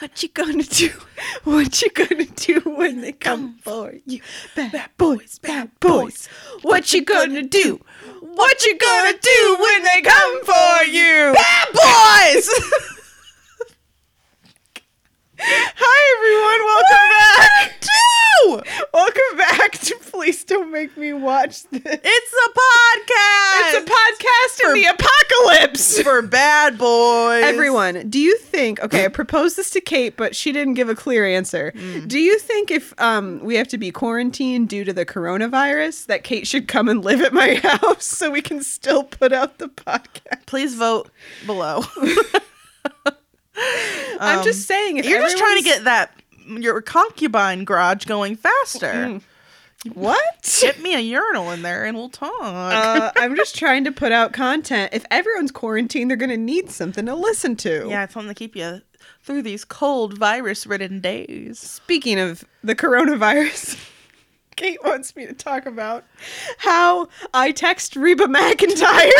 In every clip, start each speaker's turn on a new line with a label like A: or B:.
A: What you gonna do? What you gonna do when they come for you? Bad boys, bad boys. What you gonna do? What you gonna do when they come for you? Bad boys!
B: Hi everyone, welcome back.
A: do!
B: Welcome back to Please Don't Make Me Watch This.
A: It's a podcast!
B: It's a podcast in the apocalypse.
A: for bad boys.
B: Everyone, do you think okay, I proposed this to Kate, but she didn't give a clear answer.
A: Mm.
B: Do you think if um we have to be quarantined due to the coronavirus that Kate should come and live at my house so we can still put out the podcast?
A: Please vote below.
B: I'm just saying if
A: Um, You're just trying to
B: everyone's-
A: get that your concubine garage going faster.
B: what?
A: Get me a urinal in there and we'll talk. Um,
B: Uh, I'm just trying to put out content. If everyone's quarantined, they're going to need something to listen to.
A: yeah, it's something to keep you through these cold virus ridden days.
B: Speaking of the coronavirus, Kate wants me to talk about how I text Reba McIntyre.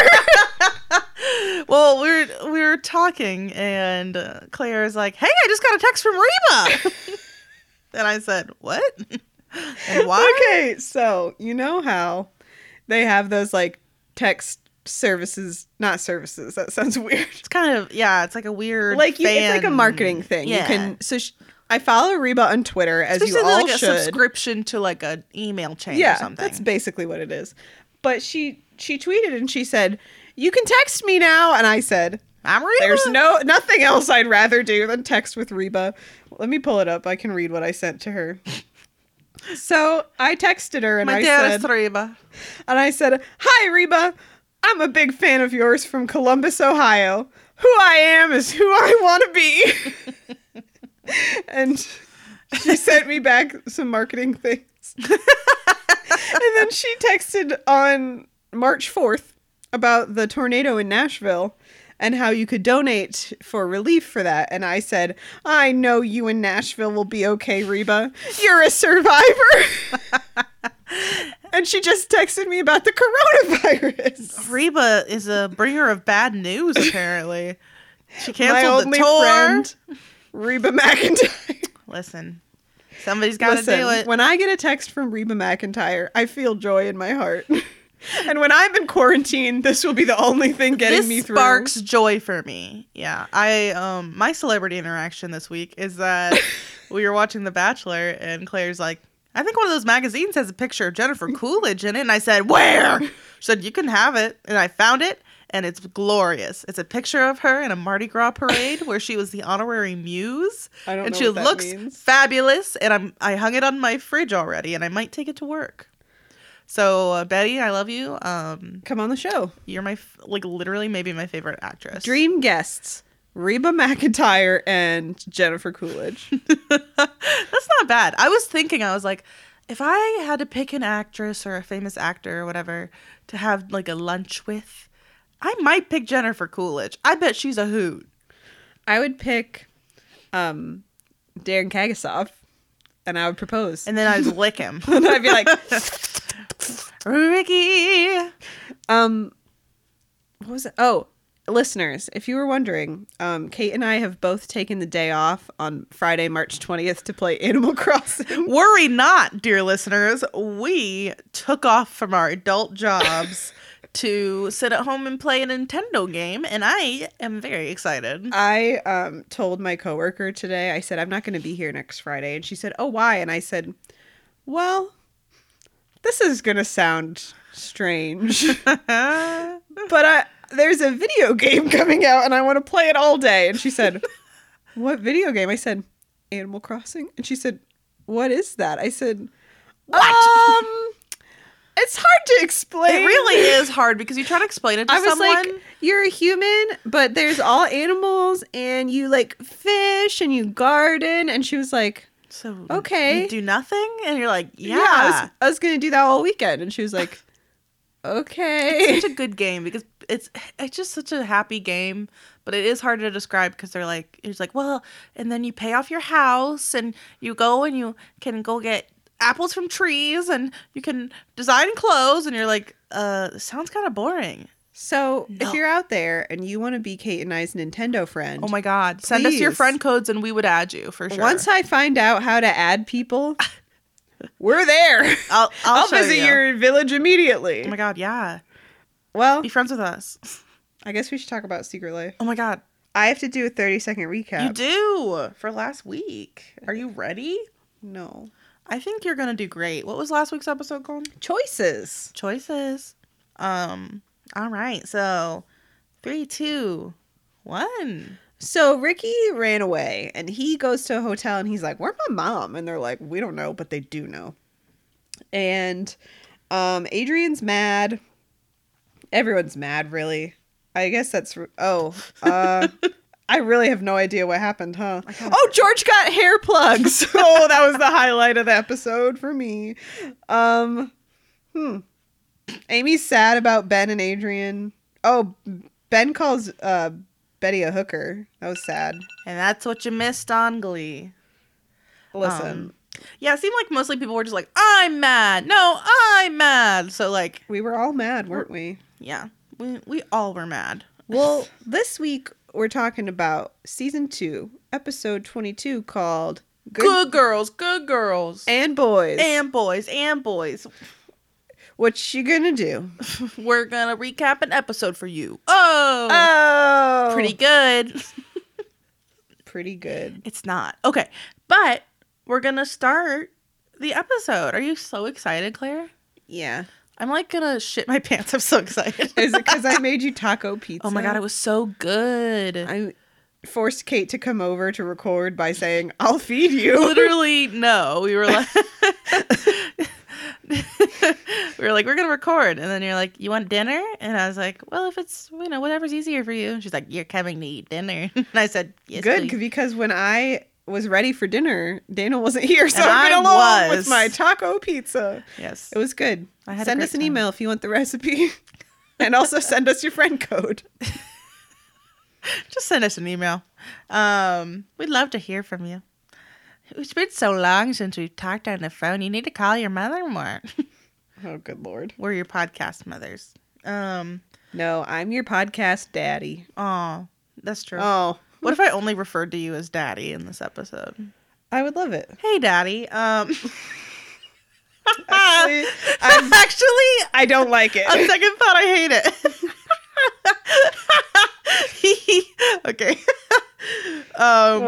A: Well, we're we were talking and uh, Claire is like, "Hey, I just got a text from Reba." and I said, "What?" and why?
B: Okay, so you know how they have those like text services, not services. That sounds weird.
A: It's kind of yeah, it's like a weird
B: Like you, it's like a
A: fan-
B: marketing thing. You
A: Yeah.
B: can so sh- I follow Reba on Twitter as
A: Especially
B: you all
A: like a
B: should.
A: subscription to like an email chain or something.
B: That's basically what it is. But she she tweeted and she said, "You can text me now." And I said,
A: I'm Reba.
B: "There's no nothing else I'd rather do than text with Reba." Let me pull it up. I can read what I sent to her. So I texted her and
A: my
B: I said,
A: dad is Reba.
B: and I said, "Hi Reba, I'm a big fan of yours from Columbus, Ohio. Who I am is who I want to be." and she sent me back some marketing things. and then she texted on March 4th about the tornado in Nashville and how you could donate for relief for that. And I said, I know you in Nashville will be okay, Reba. You're a survivor. and she just texted me about the coronavirus.
A: Reba is a bringer of bad news. Apparently, she canceled
B: My only
A: the tour.
B: friend, Reba McIntyre.
A: Listen, somebody's got to
B: Listen,
A: do it.
B: When I get a text from Reba McIntyre, I feel joy in my heart. and when I'm in quarantine, this will be the only thing getting
A: this
B: me through.
A: sparks joy for me. Yeah, I um my celebrity interaction this week is that we were watching The Bachelor and Claire's like, I think one of those magazines has a picture of Jennifer Coolidge in it, and I said, Where? She said, You can have it, and I found it. And it's glorious. It's a picture of her in a Mardi Gras parade where she was the honorary muse.
B: I don't
A: and
B: know
A: she
B: what that
A: looks
B: means.
A: fabulous. And I'm I hung it on my fridge already, and I might take it to work. So uh, Betty, I love you. Um,
B: Come on the show.
A: you're my f- like literally maybe my favorite actress.
B: Dream guests Reba McIntyre and Jennifer Coolidge.
A: That's not bad. I was thinking I was like if I had to pick an actress or a famous actor or whatever to have like a lunch with, I might pick Jennifer Coolidge. I bet she's a hoot.
B: I would pick um, Darren Kagasov and I would propose. And
A: And then I'd just lick him.
B: I'd be like,
A: Ricky.
B: Um, what was it? Oh, listeners, if you were wondering, um, Kate and I have both taken the day off on Friday, March 20th to play Animal Crossing.
A: Worry not, dear listeners. We took off from our adult jobs to sit at home and play a Nintendo game, and I am very excited.
B: I um, told my coworker today, I said, I'm not going to be here next Friday. And she said, Oh, why? And I said, Well, this is going to sound strange, but I, there's a video game coming out and I want to play it all day. And she said, What video game? I said, Animal Crossing. And she said, What is that? I said, What? Um, it's hard to explain.
A: It really is hard because you try to explain it to
B: I was
A: someone.
B: like, you're a human, but there's all animals, and you like fish and you garden. And she was like,
A: so
B: okay.
A: you do nothing, and you're like,
B: Yeah,
A: yeah.
B: I, was, I was gonna do that all weekend. And she was like, okay.
A: it's such a good game because it's it's just such a happy game, but it is hard to describe because they're like it's like well, and then you pay off your house and you go and you can go get apples from trees and you can design clothes and you're like uh sounds kind of boring.
B: So
A: No.
B: if you're out there and you want to be Kate and I's Nintendo friend,
A: Oh my God. Send us your
B: Please.
A: friend codes and we would add you for sure.
B: once I find out how to add people, we're there.
A: I'll, I'll,
B: I'll,
A: show
B: visit
A: you.
B: your village immediately.
A: Oh my God. Yeah.
B: well,
A: Be friends with us.
B: I guess we should talk about Secret Life.
A: Oh my God.
B: I have to do a 30 second recap.
A: You do for last week. Are you ready?
B: No.
A: I think you're gonna do great. What was last week's episode called?
B: Choices.
A: Choices. Um. All right. So, three, two, one.
B: So Ricky ran away and he goes to a hotel and he's like, Where my mom? And they're like, We don't know, but they do know. And um, Adrian's mad. Everyone's mad, really. I guess that's. r- Oh, uh, I really have no idea what happened, huh?
A: kinda-
B: Oh, George got hair plugs. oh, that was the highlight of the episode for me. Um, hmm. Amy's sad about Ben and Adrian. Oh, Ben calls uh, Betty a hooker. That was sad.
A: And that's what you missed on Glee.
B: Listen,
A: Um, yeah, it seemed like mostly people were just like, "I'm mad." No, I'm mad. So like,
B: we were all mad, weren't we?
A: yeah, we we all were mad.
B: Well, this week we're talking about season two, episode 22, called Good,
A: Good girls, good girls,
B: and Boys.
A: and boys, and boys.
B: what you gonna do?
A: We're gonna recap an episode for you. Oh,
B: Oh,
A: pretty good.
B: pretty good.
A: It's not. Okay. But we're going to start the episode. Are you so excited, Claire?
B: Yeah.
A: I'm like going to shit my pants. I'm so excited.
B: Is it because I made you taco pizza?
A: oh my God. It was so good.
B: I forced Kate to come over to record by saying, "I'll feed you."
A: Literally, no. We were like, we were like, we're going to record. And then you're like, you want dinner? And I was like, well, if it's, you know, whatever's easier for you. And she's like, you're coming to eat dinner. And I said, yes,
B: Good,
A: please."
B: because when I was ready for dinner, Dana wasn't here, so
A: And
B: I've been
A: I
B: alone
A: was.
B: with my taco pizza.
A: Yes.
B: It was good.
A: I had a
B: send
A: great
B: us an
A: time.
B: email if you want the recipe, and also send us your friend code.
A: just send us an email. Um, we'd love to hear from you. It's been so long since we've talked on the phone. You need to call your mother more.
B: Oh, good lord!
A: We're your podcast mothers. Um,
B: No, I'm your podcast daddy.
A: oh, that's true.
B: Oh,
A: What if I only referred to you as daddy in this episode?
B: I would love it.
A: Hey, daddy. Um, Ah.
B: Actually,
A: I'm
B: I'm-
A: actually
B: I don't like it.
A: on second thought, I hate it. okay. um,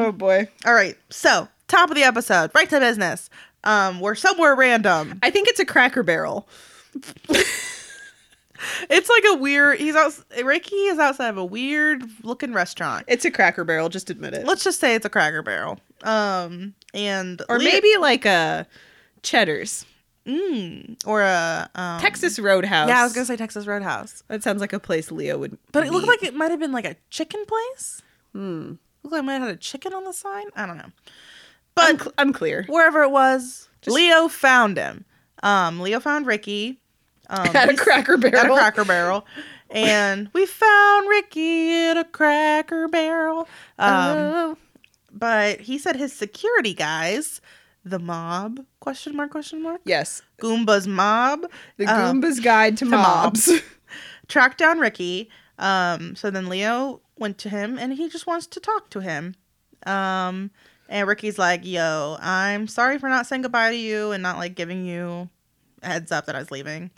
B: oh boy.
A: All right. So, top of the episode, right to business. Um, we're somewhere random.
B: I think it's a Cracker Barrel.
A: It's like a weird. He's out. Ricky is outside of a weird looking restaurant.
B: It's a Cracker Barrel. Just admit it.
A: Let's just say it's a Cracker Barrel. Um, and
B: or
A: Le-
B: maybe like a Cheddar's,
A: mm, or a um,
B: Texas Roadhouse.
A: Yeah, I was gonna say Texas Roadhouse,
B: that sounds like a place Leo would.
A: but it looked
B: meet.
A: like it might have been like a chicken place.
B: Hmm.
A: Looked like it might have had a chicken on the sign. I don't know.
B: But
A: But
B: Unc- unclear.
A: wherever it was,
B: Just-
A: Leo found him. Um, Leo found Ricky. Um,
B: at a
A: he's-
B: Cracker Barrel.
A: at a cracker barrel and we found ricky at a cracker barrel um,
B: Oh.
A: but he said his security guys the mob question mark question mark
B: yes,
A: goomba's mob
B: the
A: um,
B: Goomba's Guide to,
A: to
B: Mobs.
A: tracked down ricky um, so then leo went to him and he just wants to talk to him um, and ricky's like yo i'm sorry for not saying goodbye to you and not like giving you a heads up that i was leaving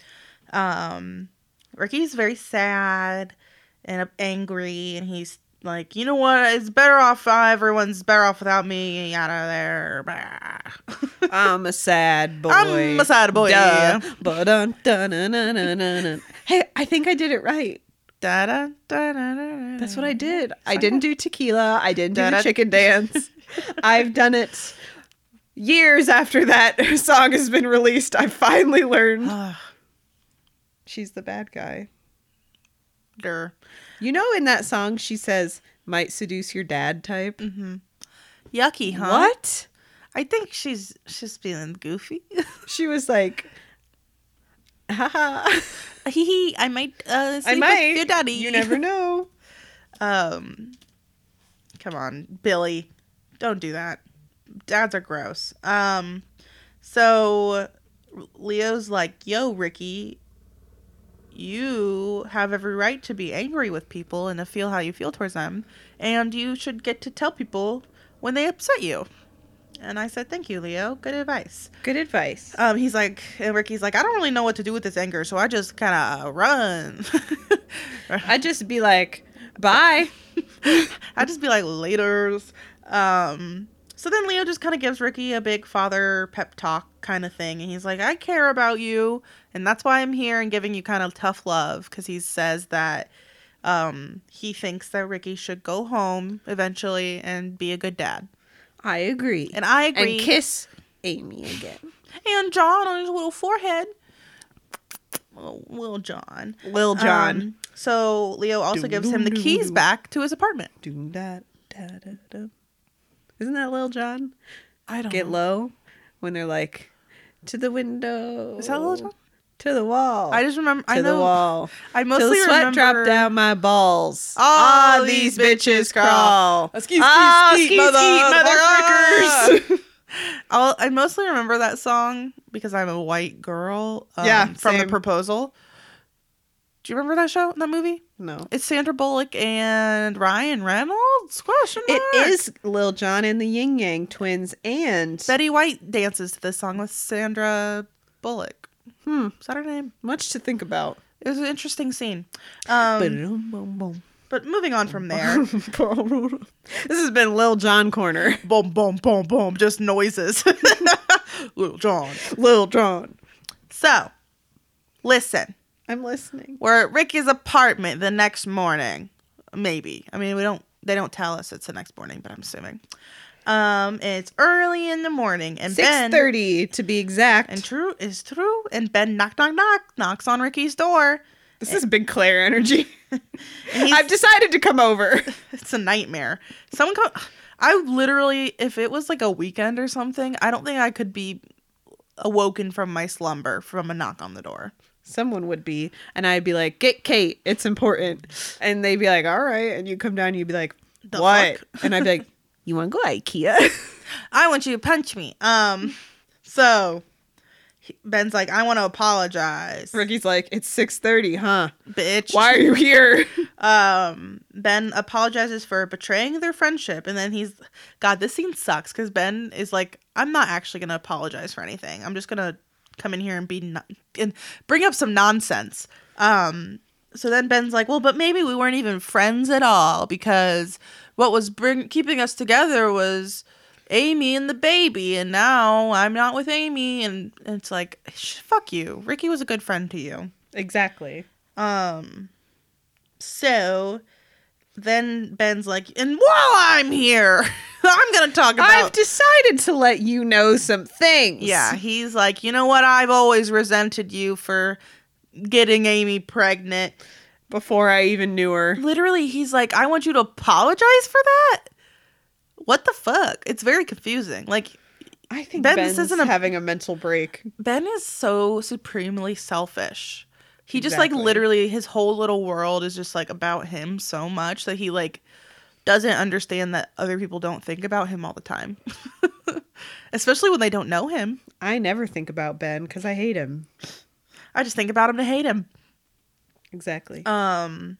A: um Ricky's very sad and angry and he's like, you know what? It's better off uh, everyone's better off without me out of there. Bah.
B: I'm a sad boy.
A: I'm a sad boy.
B: Duh. Ba-dun, dun-dun-dun-dun-dun. Hey, I think I did it right.
A: Da, da, da, da, da,
B: That's what I did. I
A: Sorta.
B: didn't do tequila. I didn't do the
A: Da-da.
B: chicken dance. I've done it years after that song has been released. I finally learned.
A: Ugh,
B: She's the bad guy.
A: der.
B: You know, in that song, she says, might seduce your dad type.
A: Yucky,
B: Mm-hmm.
A: huh?
B: What?
A: I think she's she's feeling goofy.
B: She was like, haha.
A: Hee hee. I might uh sleep
B: I
A: with
B: might.
A: your daddy.
B: You never know.
A: Um, come on, Billy, don't do that. Dads are gross. Um, so Leo's like, "Yo, Ricky, you you have every right to be angry with people and to feel how you feel towards them, and you should get to tell people when they upset you. And I said, Thank you, Leo. Good advice.
B: Good advice.
A: Um, he's like, and Ricky's like, I don't really know what to do with this anger, so I just kind of run.
B: I'd just be like, bye.
A: I just be like, Laters. Um, so then Leo just kind of gives Ricky a big father pep talk kind of thing. And he's like, I care about you. And that's why I'm here and giving you kind of tough love. Because he says that um, he thinks that Ricky should go home eventually and be a good dad.
B: I agree.
A: And I agree.
B: And kiss Amy again.
A: and John on his little forehead. Little, little John.
B: Lil
A: Um, so Leo also
B: Doo
A: gives
B: doo
A: him the
B: doo
A: keys
B: doo.
A: back to his apartment.
B: Doom da, da, da, da. Isn't that Lil John?
A: I don't
B: Get low when they're like to the window.
A: Is that Lil Jon?
B: To the wall.
A: I just remember.
B: to
A: I know.
B: the wall.
A: I
B: Till
A: mostly
B: the sweat
A: remember.
B: drop down my balls.
A: Ah,
B: Ah,
A: these
B: these
A: bitches
B: bitches crawl.
A: Ah, skeet,
B: Ah,
A: skeet,
B: skeet,
A: skeet,
B: skeet, motherfuckers.
A: I'll, I mostly remember that song because I'm a white girl. um,
B: Yeah,
A: from the
B: same.
A: proposal. Do you remember that show? That movie?
B: no.
A: It's Sandra Bullock and Ryan Reynolds. Question
B: It
A: mark.
B: is Lil Jon and the Ying Yang twins and
A: Betty White dances to this song with Sandra Bullock.
B: hmm,
A: Is that her name?
B: much to think about.
A: It was an interesting scene. Um, but moving on from there.
B: this has been Lil Jon Corner.
A: boom, boom, boom, boom. Just noises. Little John.
B: Lil Jon.
A: So, listen.
B: I'm listening.
A: We're at Ricky's apartment the next morning. Maybe. I mean, we don't. They don't tell us it's the next morning, but I'm assuming. Um, it's early in the morning, and
B: Six
A: Ben
B: thirty to be exact.
A: and true is true, and Ben knock knock knock knocks on Ricky's door.
B: this is big Claire energy.
A: And he's-
B: I've decided to come over.
A: it's a nightmare. Someone come. I literally, if it was like a weekend or something, I don't think I could be awoken from my slumber from a knock on the door.
B: Someone would be, and I'd be like, "Get Kate, it's important." And they'd be like, "All right," and you come down, and you'd be like,
A: The
B: "What?"
A: fuck?
B: And I'd be like, "You want to go IKEA?"
A: I want you to punch me. Um, so he- Ben's like, I want to apologize,
B: Ricky's like, "It's six thirty, huh?
A: bitch.
B: Why are you here?"
A: Um, Ben apologizes for betraying their friendship, and then he's, God, this scene sucks because Ben is like, I'm not actually gonna apologize for anything. I'm just gonna come in here and be no- and bring up some nonsense. Um, so then Ben's like, well, but maybe we weren't even friends at all because what was bring keeping us together was Amy and the baby, and now I'm not with Amy, and it's like, sh- fuck you. Ricky was a good friend to you.
B: Exactly.
A: Um, so then Ben's like, and while I'm here, I'm gonna talk
B: I've
A: about.
B: decided to let you know some things.
A: yeah, he's like, you know what? I've always resented you for getting Amy pregnant.
B: Before I even knew her.
A: Literally, he's like, I want you to apologize for that. What the fuck? It's very confusing. Like
B: I think
A: Ben, this
B: Ben's
A: isn't a-
B: having a mental break.
A: Ben is so supremely selfish. He just like
B: Exactly.
A: literally his whole little world is just like about him so much that he like doesn't understand that other people don't think about him all the time. Especially when they don't know him.
B: I never think about Ben because I hate him.
A: I just think about him to hate him.
B: Exactly.
A: Um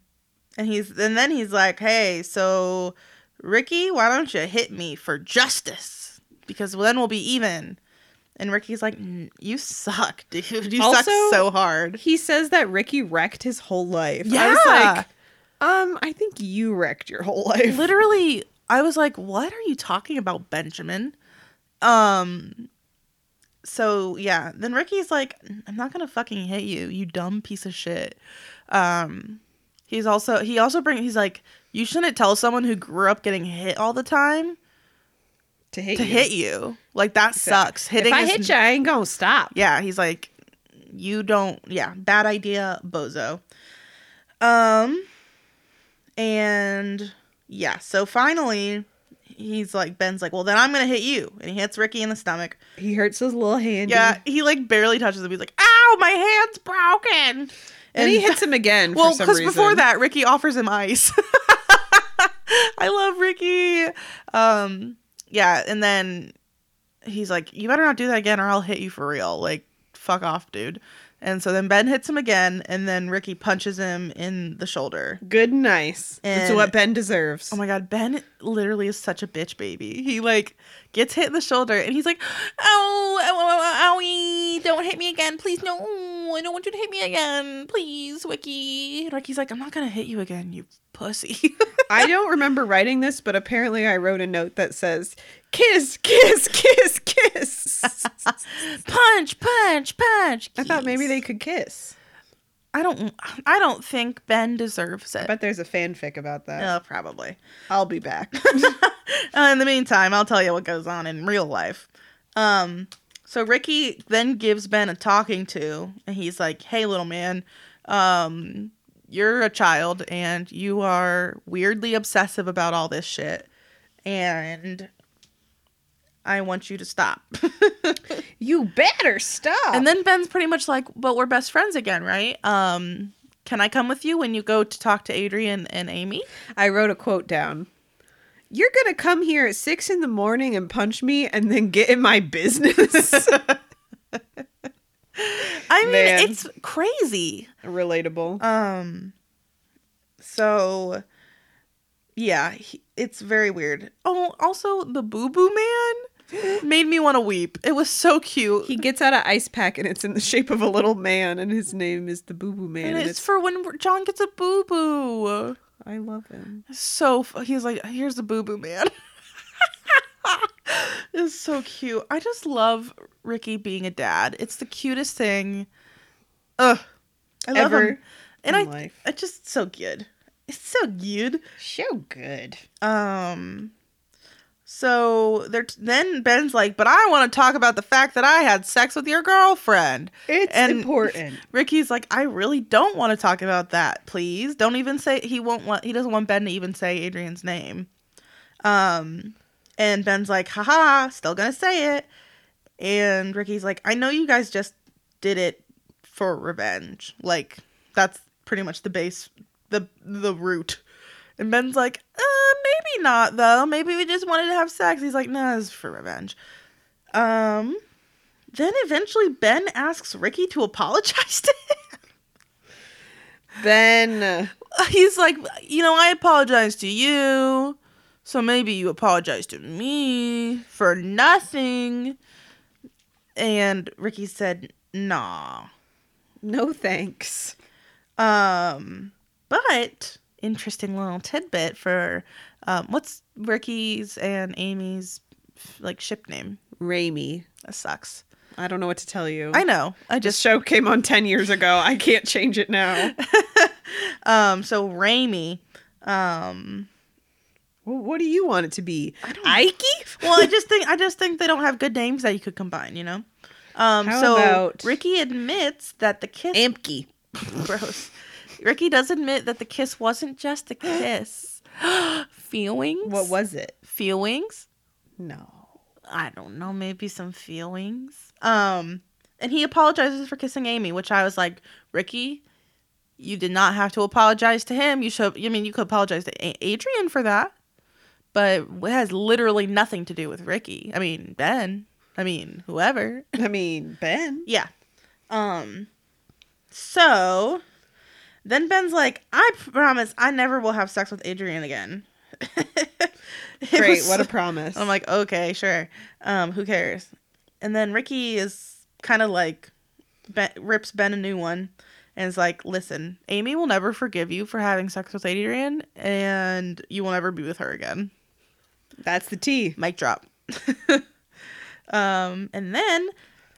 A: and he's and then he's like, "Hey, so Ricky, why don't you hit me for justice? Because then we'll be even." And Ricky's like, "N- "You suck, dude. You suck
B: Also-
A: so hard."
B: he says that Ricky wrecked his whole life. I was
A: Yeah.
B: like, um, I think you wrecked your whole life.
A: literally i was like what are you talking about benjamin um so yeah then ricky's like i'm not gonna fucking hit you you dumb piece of shit um he's also he also bring he's like you shouldn't tell someone who grew up getting hit all the time
B: to hit
A: to
B: you.
A: hit you like that sucks hitting
B: If I
A: is-
B: hit you, I ain't gonna stop.
A: yeah he's like you don't yeah bad idea bozo um and yeah so finally he's like ben's like well then i'm gonna hit you and he hits ricky in the stomach
B: He hurts his little hand.
A: yeah he like barely touches him he's like ow my hand's broken
B: And, he hits him again.
A: well
B: for some
A: because
B: reason.
A: before that ricky offers him ice i love ricky um yeah and then he's like you better not do that again or i'll hit you for real like fuck off dude And so then Ben hits him again, and then Ricky punches him in the shoulder.
B: Good and nice. That's
A: And-
B: what Ben deserves.
A: Oh my god, Ben literally is such a bitch baby. He like gets hit in the shoulder and he's like, "Oh, "Ow, ow, ow, ow, owie, don't hit me again, please. No, I don't want you to hit me again, please, Ricky." Ricky's like, "I'm not gonna hit you again, you pussy."
B: I don't remember writing this, but apparently I wrote a note that says, kiss, kiss, kiss, kiss.
A: punch, punch, punch.
B: I thought maybe
A: keys.
B: they could kiss.
A: I don't. I don't think Ben deserves it.
B: I bet there's a fanfic about that.
A: Oh, probably.
B: I'll be back.
A: Uh, in the meantime, I'll tell you what goes on in real life. Um, so Ricky then gives Ben a talking to, and he's like, "Hey, little man, um, you're a child, and you are weirdly obsessive about all this shit, and I want you to stop."
B: you better stop.
A: and then Ben's pretty much like, "But we're best friends again, right? Um, can I come with you when you go to talk to Adrian and Amy?"
B: I wrote a quote down. You're gonna come here at six in the morning and punch me and then get in my business.
A: I mean,
B: Man.
A: it's crazy.
B: Relatable.
A: Um. So, yeah, he, it's very weird. Oh, also the Boo Boo Man made me want to weep. It was so cute.
B: he gets out an ice pack and it's in the shape of a little man and his name is the Boo Boo Man.
A: and
B: and
A: it's, for when John gets a boo boo.
B: it's- I love him.
A: So f- he's like, "Here's the boo boo man." it's so cute. I just love Ricky being a dad. It's the cutest thing. Ugh, I love
B: Ever
A: him. And
B: in
A: I,
B: life.
A: it's just so good. It's so good.
B: So good.
A: Um so they're then Ben's like, "But I want to talk about the fact that I had sex with your girlfriend."
B: It's
A: And-
B: important.
A: Ricky's like, "I really don't want to talk about that. Please, don't even say he won't want he doesn't want Ben to even say Adrian's name." Um and Ben's like, "Haha, still going to say it." And Ricky's like, "I know you guys just did it for revenge. Like that's pretty much the base the the root." And Ben's like, uh, maybe not though. Maybe we just wanted to have sex. He's like, no, it's for revenge. Um, then eventually Ben asks Ricky to apologize to him. uh,
B: Then
A: He's like, you know, I apologize to you, so maybe you apologize to me for nothing. And Ricky said, nah.
B: no thanks.
A: Um, but interesting little tidbit for um, what's Ricky's and Amy's like ship name?
B: Raimi.
A: That sucks.
B: I don't know what to tell you.
A: I know. I
B: This
A: just
B: show came on ten years ago. I can't change it now.
A: um so Raimi. Um
B: Well, what do you want it to be?
A: I don't-
B: Ikey?
A: well I just think I just think they don't have good names that you could combine, you know? Um
B: How
A: so
B: about-
A: Ricky admits that the kiss
B: Ampkey.
A: gross. Ricky does admit that the kiss wasn't just a kiss. feelings?
B: What was it?
A: feelings?
B: No.
A: I don't know, maybe some feelings. Um, and he apologizes for kissing Amy, which I was like, Ricky, you did not have to apologize to him. You should, I mean, you could apologize to A- Adrian for that, but it has literally nothing to do with Ricky. I mean, Ben. I mean, whoever.
B: I mean, Ben.
A: Yeah. Um so then Ben's like, I promise I never will have sex with Adrian again. It
B: Great,
A: was
B: what a
A: so-
B: promise.
A: I'm like, okay, sure. Um, who cares? And then Ricky is kind of like ben, rips Ben a new one and is like, listen, Amy will never forgive you for having sex with Adrian and you will never be with her again.
B: That's the T.
A: Mic drop. um, and then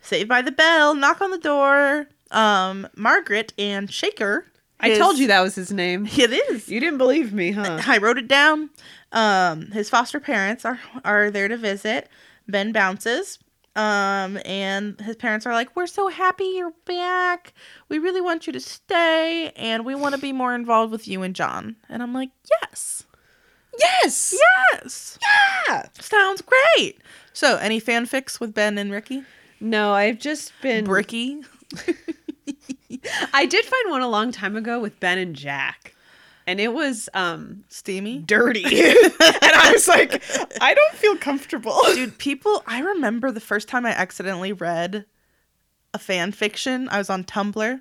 A: Saved by the Bell, knock on the door. Um, Margaret and Shaker.
B: I told you that was his name. Uh,
A: It is.
B: You didn't believe me, huh?
A: I wrote it down. Um, his foster parents are are there to visit. Ben bounces. Um, and his parents are like, "We're so happy you're back. We really want you to stay, and we want to be more involved with you and John." And I'm like, "Yes,
B: Yes.
A: yes,
B: Yeah.
A: sounds great." So, any fanfics with Ben and Ricky?
B: No, I've just been.
A: Ricky?
B: I did find one a long time ago with Ben and Jack, and it was um
A: steamy.
B: dirty, and I was like, I don't feel comfortable.
A: Dude, people, I remember the first time I accidentally read a fan fiction. I was on Tumblr.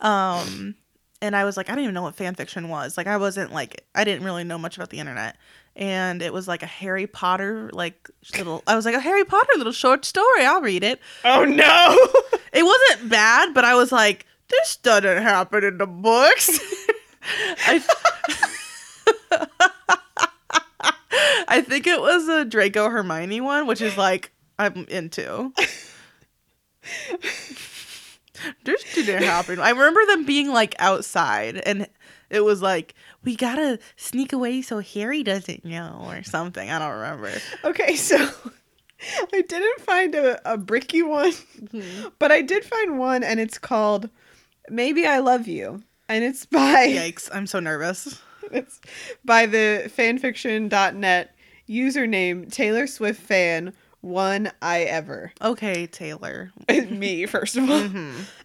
A: Um, and I was like, I don't even know what fan fiction was. Like, I wasn't like, I didn't really know much about the internet. And it was like a Harry Potter, like, little, I was like, a Harry Potter little short story. I'll read it.
B: Oh no!
A: It wasn't bad, but I was like, this doesn't happen in the books. I, I think it was a Draco Hermione one, which is like I'm into. this didn't happen. I remember them being like outside, and it was like we gotta sneak away so Harry doesn't know or something. I don't remember.
B: okay, so I didn't find a, a bricky one, but I did find one, and it's called "Maybe I Love You," and it's by
A: Yikes! I'm so nervous.
B: it's by the fanfiction.net username Taylor Swift fan one I ever.
A: Okay, Taylor.
B: Me, first of all.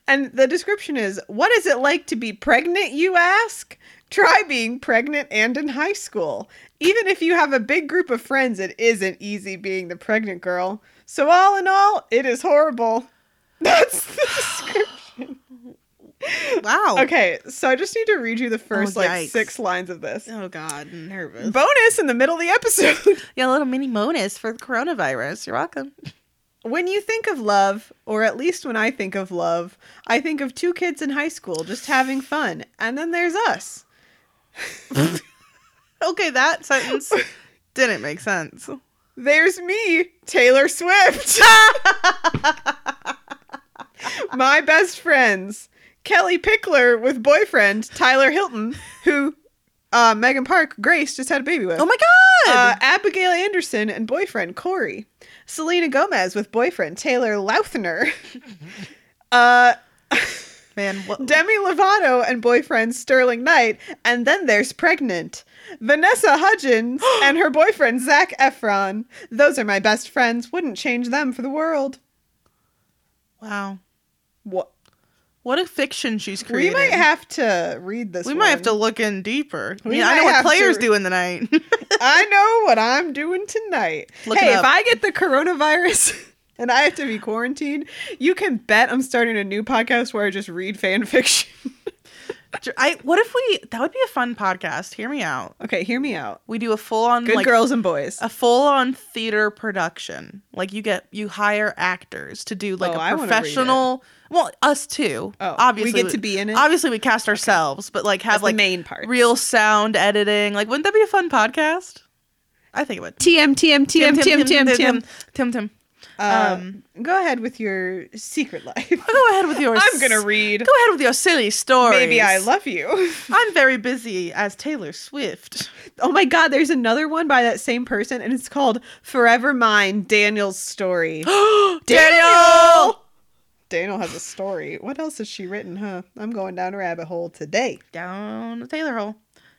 B: And the description is What is it like to be pregnant, you ask? Try being pregnant and in high school. Even if you have a big group of friends, it isn't easy being the pregnant girl. So, all in all, it is horrible. That's the description.
A: Wow.
B: Okay, so I just need to read you the first like
A: Oh. yikes.
B: six lines of this.
A: Oh God, I'm nervous.
B: Bonus in the middle of the episode.
A: Yeah, a little mini bonus for the coronavirus. You're welcome.
B: When you think of love, or at least when I think of love, I think of two kids in high school just having fun. And then there's us.
A: Okay, that sentence didn't make sense.
B: There's me, Taylor Swift. My best friends, Kelly Pickler with boyfriend Tyler Hilton, who uh, Megan Park Grace just had a baby with.
A: Oh my
B: uh,
A: god!
B: Abigail Anderson and boyfriend Corey. Selena Gomez with boyfriend Taylor Lautner. uh,
A: Man, what?
B: Demi Lovato and boyfriend Sterling Knight, and then there's pregnant. Vanessa Hudgens and her boyfriend Zach Efron. Those are my best friends. Wouldn't change them for the world.
A: wow,
B: What?
A: what a fiction she's
B: We
A: created.
B: might have to read this.
A: We might have
B: one.
A: to look in deeper.
B: We
A: yeah, I
B: might
A: know what
B: have
A: players
B: to-
A: do in the night.
B: I know what I'm doing tonight.
A: Look
B: hey,
A: it
B: if
A: up.
B: I get the coronavirus and I have to be quarantined, you can bet I'm starting a new podcast where I just read fan fiction.
A: I what if we? That would be a fun podcast. Hear me out.
B: okay, hear me out.
A: We do a full on
B: Good
A: like
B: girls and boys.
A: a full on theater production. Like you get you hire actors to do like
B: Oh, I
A: a
B: wanna read it.
A: professional. Well, us too.
B: Oh, we
A: obviously
B: get to be in it?
A: Obviously, we cast ourselves, but like have
B: That's the
A: like
B: main part.
A: real sound editing. Like, wouldn't that be a fun podcast? I think it would.
B: TM TM TM TM TM TM.
A: Tim, Tim.
B: Um, go ahead with your secret life.
A: Go ahead with your.
B: I'm gonna read.
A: Go ahead with your silly stories.
B: Maybe I love you.
A: I'm very busy as Taylor Swift.
B: Oh my god, there's another one by that same person, and it's called "Forever Mine: Daniel's Story."
A: Daniel.
B: Daniel has a story. What else has she written? Huh? I'm going down a rabbit hole today.
A: down the Taylor hole.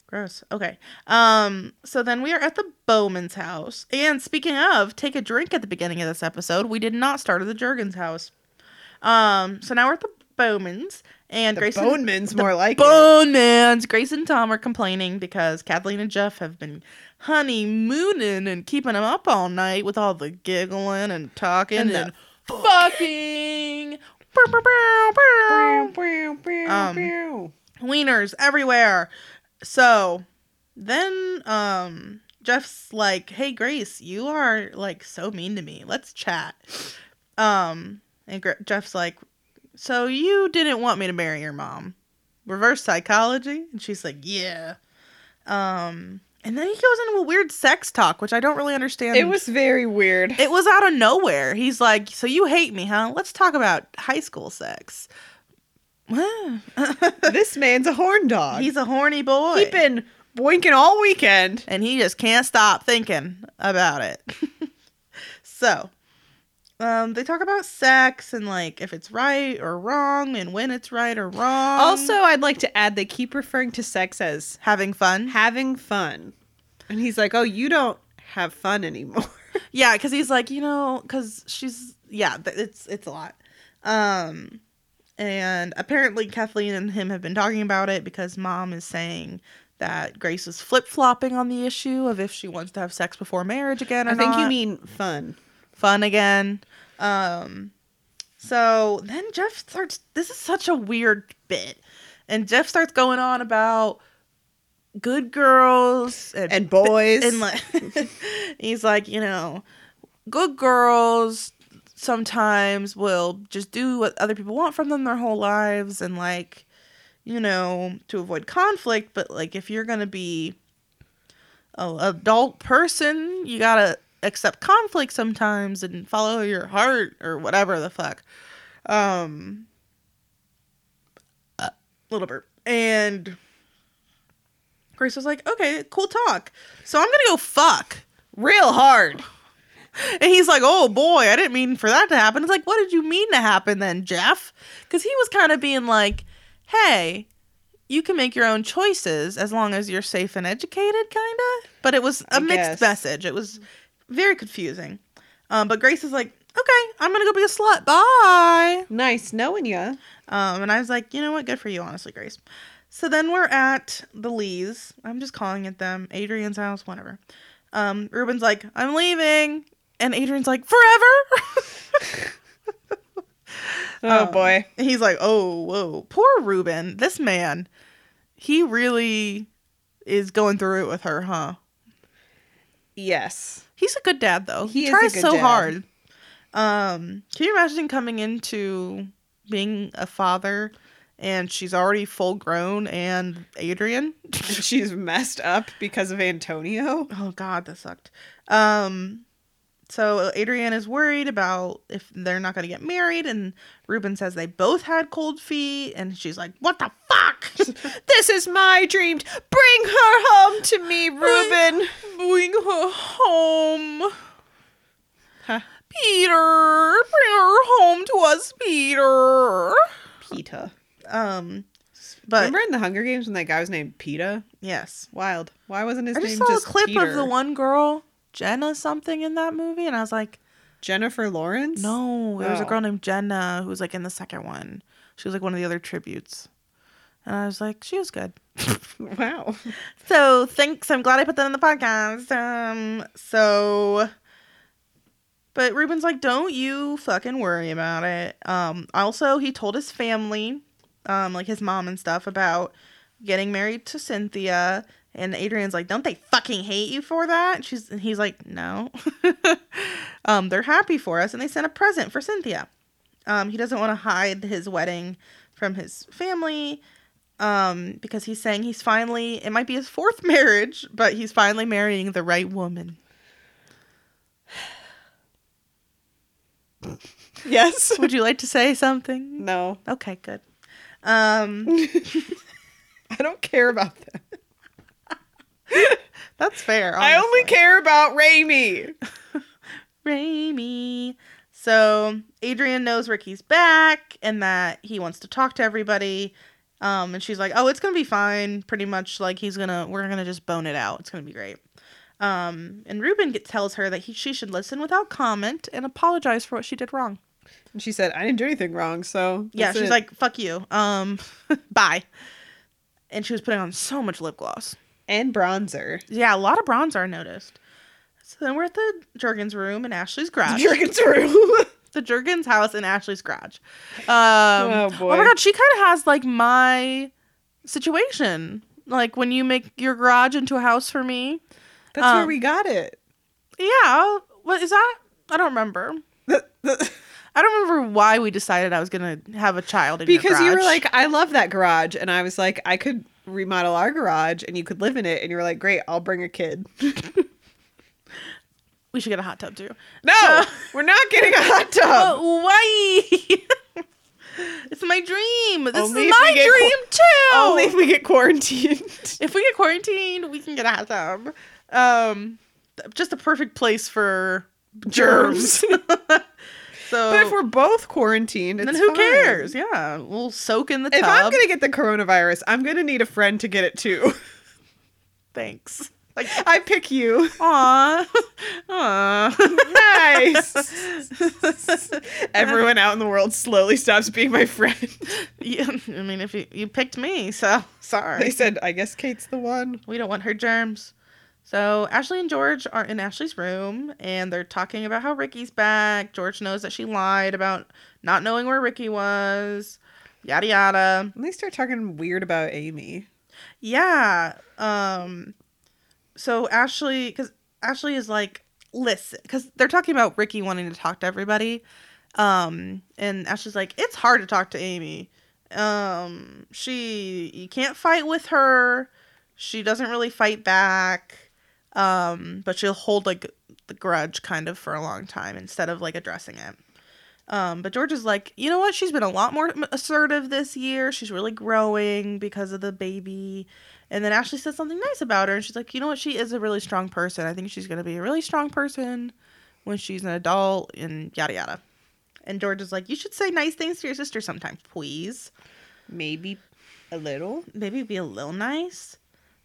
A: Gross. Okay. Um, so then we are at the Bowman's house. And speaking of, take a drink at the beginning of this episode. We did not start at the Jurgens house. Um, so now we're at the Bowman's and
B: The
A: Grace and-
B: Boneman's more like it.
A: Bone Man's Grace and Tom are complaining because Kathleen and Jeff have been honeymooning and keeping them up all night with all the giggling and talking
B: And the
A: and, fucking. Bow, bow, bow, bow. Um, Wieners everywhere. So then um Jeff's like, "Hey Grace, you are like so mean to me. Let's chat." Um and Gr- Jeff's like, "So you didn't want me to marry your mom." Reverse psychology, and she's like, "Yeah." Um and then he goes into a weird sex talk, which I don't really understand.
B: it was very weird.
A: it was out of nowhere. He's like, "So you hate me, huh? Let's talk about high school sex."
B: this man's a horn dog.
A: He's a horny boy.
B: He's been boinking all weekend.
A: and he just can't stop thinking about it. so, um, they talk about sex and like if it's right or wrong and when it's right or wrong.
B: Also, I'd like to add they keep referring to sex as
A: having fun.
B: having fun. And he's like, Oh, you don't have fun anymore.
A: Yeah, because he's like, you know, because she's yeah, th- it's it's a lot. Um, and apparently Kathleen and him have been talking about it because mom is saying that Grace is flip flopping on the issue of if she wants to have sex before marriage again. Or
B: I think you
A: not.
B: mean fun.
A: fun again. Um, So then Jeff starts. This is such a weird bit, and Jeff starts going on about good girls and,
B: And boys.
A: and like he's like, you know, good girls sometimes will just do what other people want from them their whole lives and like you know to avoid conflict but like if you're going to be a adult person you got to accept conflict sometimes and follow your heart or whatever the fuck um a little burp and grace was like okay cool talk so i'm gonna go fuck real hard and he's like oh boy i didn't mean for that to happen it's like what did you mean to happen then jeff because he was kind of being like hey you can make your own choices as long as you're safe and educated kind of but it was a
B: I
A: mixed
B: guess.
A: message it was very confusing um, but grace is like okay i'm gonna go be a slut bye
B: nice knowing ya.
A: um, and I was like, you know what? Good for you, honestly, Grace. So then we're at the Lees. I'm just calling it them. Adrian's house, whatever. Um, Ruben's like, I'm leaving. And Adrian's like, forever?
B: Oh
A: Um,
B: boy.
A: He's like, oh, whoa. Poor Ruben. This man, he really is going through it with her, huh?
B: Yes.
A: He's a good dad though.
B: He
A: He
B: is a
A: tries
B: good
A: so
B: dad.
A: hard. Um, can you imagine coming into being a father and she's already full grown and Adrian?
B: She's messed up because of Antonio.
A: oh god, that sucked. Um so Adrian is worried about if they're not going to get married and Ruben says they both had cold feet and she's like, "What the fuck?"
B: This is my dream. Bring her home to me, Reuben.
A: Bring her home.
B: Huh.
A: Peter, bring her home to us, Peter.
B: Peta.
A: Um, but
B: Remember in the Hunger Games when that guy was named Peta?
A: yes,
B: Wild. Why wasn't his
A: I
B: name
A: just saw
B: just
A: a clip
B: Peter?
A: of the one girl, Jenna something, in that movie, and I was like,
B: Jennifer Lawrence?
A: no, there was a
B: Oh.
A: girl named Jenna who was like in the second one. She was like one of the other tributes, and I was like, she was good.
B: Wow.
A: So thanks. I'm glad I put that in the podcast. Um, so, but Ruben's like, don't you fucking worry about it. Um, also, he told his family, um, like his mom and stuff, about getting married to Cynthia. And Adrian's like, don't they fucking hate you for that? And she's and he's like, no. um, they're happy for us, and they sent a present for Cynthia. Um, he doesn't want to hide his wedding from his family um, because he's saying he's finally, it might be his fourth marriage, but he's finally marrying the right woman.
B: Yes.
A: Would you like to say something?
B: No.
A: Okay, good. Um,
B: I don't care about that.
A: that's fair.
B: I only
A: honestly.
B: care about Raimi.
A: Raimi. So Adrian knows Ricky's back and that he wants to talk to everybody. Um, and she's like, "Oh, it's gonna be fine. Pretty much like he's gonna, we're gonna just bone it out. It's gonna be great." Um, and Ruben get, tells her that he, she should listen without comment and apologize for what she did wrong.
B: And she said, I didn't do anything wrong, so
A: Yeah,
B: that's
A: she's
B: it."
A: like, "Fuck you, um, bye." And she was putting on so much lip gloss.
B: and bronzer.
A: Yeah, a lot of bronzer I noticed. So then we're at the Jurgens room in Ashley's garage,
B: Jerkins room.
A: the Jurgens house in Ashley's garage. Um, oh
B: boy.
A: my god, she kind of has like my situation. Like when you make your garage into a house for me.
B: That's where
A: Um,
B: we got it.
A: Yeah, what is that? I don't remember.
B: The- the-
A: I don't remember why we decided I was gonna have a child in your
B: because you were
A: garage.
B: like, I love that garage, and I was like, I could remodel our garage, and you could live in it, and you were like, great, I'll bring a kid.
A: we should get a hot tub too.
B: No, we're not getting a hot tub.
A: Oh, why? it's my dream. This
B: Only if
A: is
B: we
A: my
B: get qu-
A: dream too.
B: Only if we get quarantined.
A: if we get quarantined, we can get a hot tub. Um, th- just a perfect place for germs. so
B: but if we're both quarantined,
A: then
B: it's
A: who
B: fine.
A: cares? Yeah, we'll soak in the
B: If
A: tub.
B: I'm gonna get the coronavirus, I'm gonna need a friend to get it too.
A: Thanks. Like,
B: I pick you.
A: aw, aw.
B: Nice. Everyone out in the world slowly stops being my friend.
A: Yeah, I mean, if you, you picked me, so
B: They
A: sorry.
B: said, I guess Kate's the one.
A: We don't want her germs. So Ashley and George are in Ashley's room and they're talking about how Ricky's back. George knows that she lied about not knowing where Ricky was. Yada yada.
B: And they start talking weird about Amy.
A: Yeah. Um so Ashley cuz Ashley is like listen cuz they're talking about Ricky wanting to talk to everybody. Um and Ashley's like it's hard to talk to Amy. Um she you can't fight with her. She doesn't really fight back. Um but she'll hold like the grudge kind of for a long time instead of like addressing it. Um, but George is like, you know what? She's been a lot more assertive this year. She's really growing because of the baby. And then Ashley says something nice about her, and she's like, you know what? She is a really strong person. I think she's going to be a really strong person when she's an adult, and yada yada. And George is like, you should say nice things to your sister sometimes, please.
B: Maybe a little.
A: Maybe be a little nice.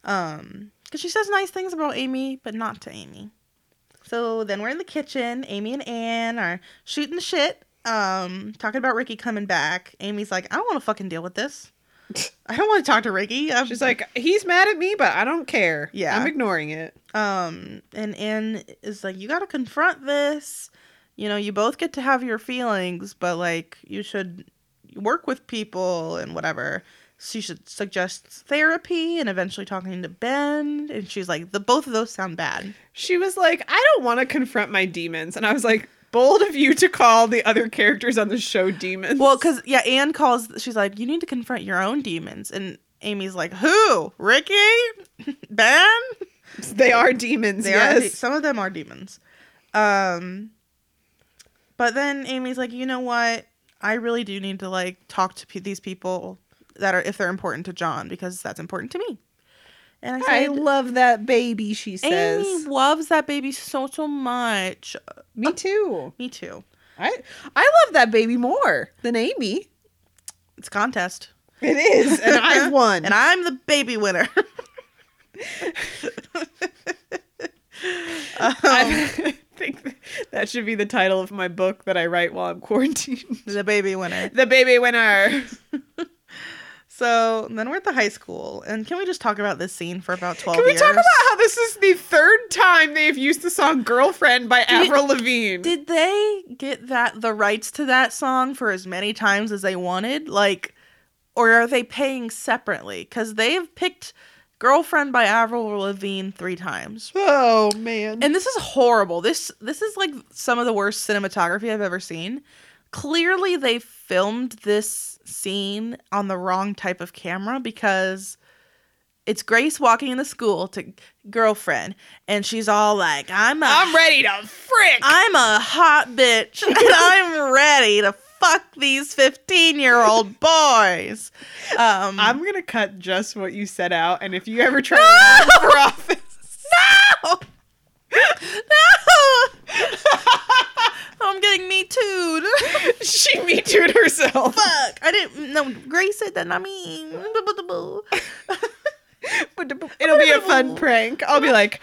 A: Um, because she says nice things about Amy, but not to Amy. So then we're in the kitchen. Amy and Anne are shooting the shit um talking about Ricky coming back. Amy's like, I don't want to fucking deal with this. I don't want to talk to Ricky. I'm,
B: She's like, he's mad at me, but I don't care.
A: Yeah.
B: I'm ignoring it.
A: um, and Anne is like, you got to confront this. You know, you both get to have your feelings, but like, you should work with people and whatever. She should suggest therapy and eventually talking to Ben. And she's like, the both of those sound bad.
B: She was like, I don't want to confront my demons. And I was like, bold of you to call the other characters on the show demons.
A: Well, because yeah, Anne calls. She's like, "You need to confront your own demons." And Amy's like, "Who? Ricky? ben?
B: they are demons.
A: They are. de-
B: yes.
A: some of them are demons." Um. But then Amy's like, "You know what? I really do need to like talk to pe these people that are if they're important to John because that's important to me." And I
B: I
A: said,
B: love that baby, she says.
A: "Amy loves that baby so so much.
B: Me too.
A: Me too.
B: I I love that baby more than Amy.
A: It's a contest,
B: It is, and I've won.
A: and I'm the baby winner." Um,
B: I think that should be the title of my book that I write while I'm quarantined.
A: the baby winner.
B: the baby winner.
A: So then we're at the high school, and can we just talk about this scene for about twelve?
B: Can we
A: years?
B: talk about how this is the third time they've used the song "Girlfriend" by
A: Did-
B: Avril Lavigne?
A: Did they get that the rights to that song for as many times as they wanted? Like, or are they paying separately? Because they've picked "Girlfriend" by Avril Lavigne three times,
B: oh man!
A: and this is horrible. This this is like some of the worst cinematography I've ever seen. Clearly, they filmed this scene on the wrong type of camera because it's Grace walking into school to girlfriend, and she's all like, "I'm a
B: I'm ready to frick.
A: I'm a hot bitch, and I'm ready to fuck these 15 year old boys." Um,
B: I'm gonna cut just what you set out, and if you ever try to run for office,
A: no, no, I'm getting me too.
B: she me too herself.
A: Fuck! I didn't. No, Grace said that. Not me.
B: It'll be a fun prank. I'll be like,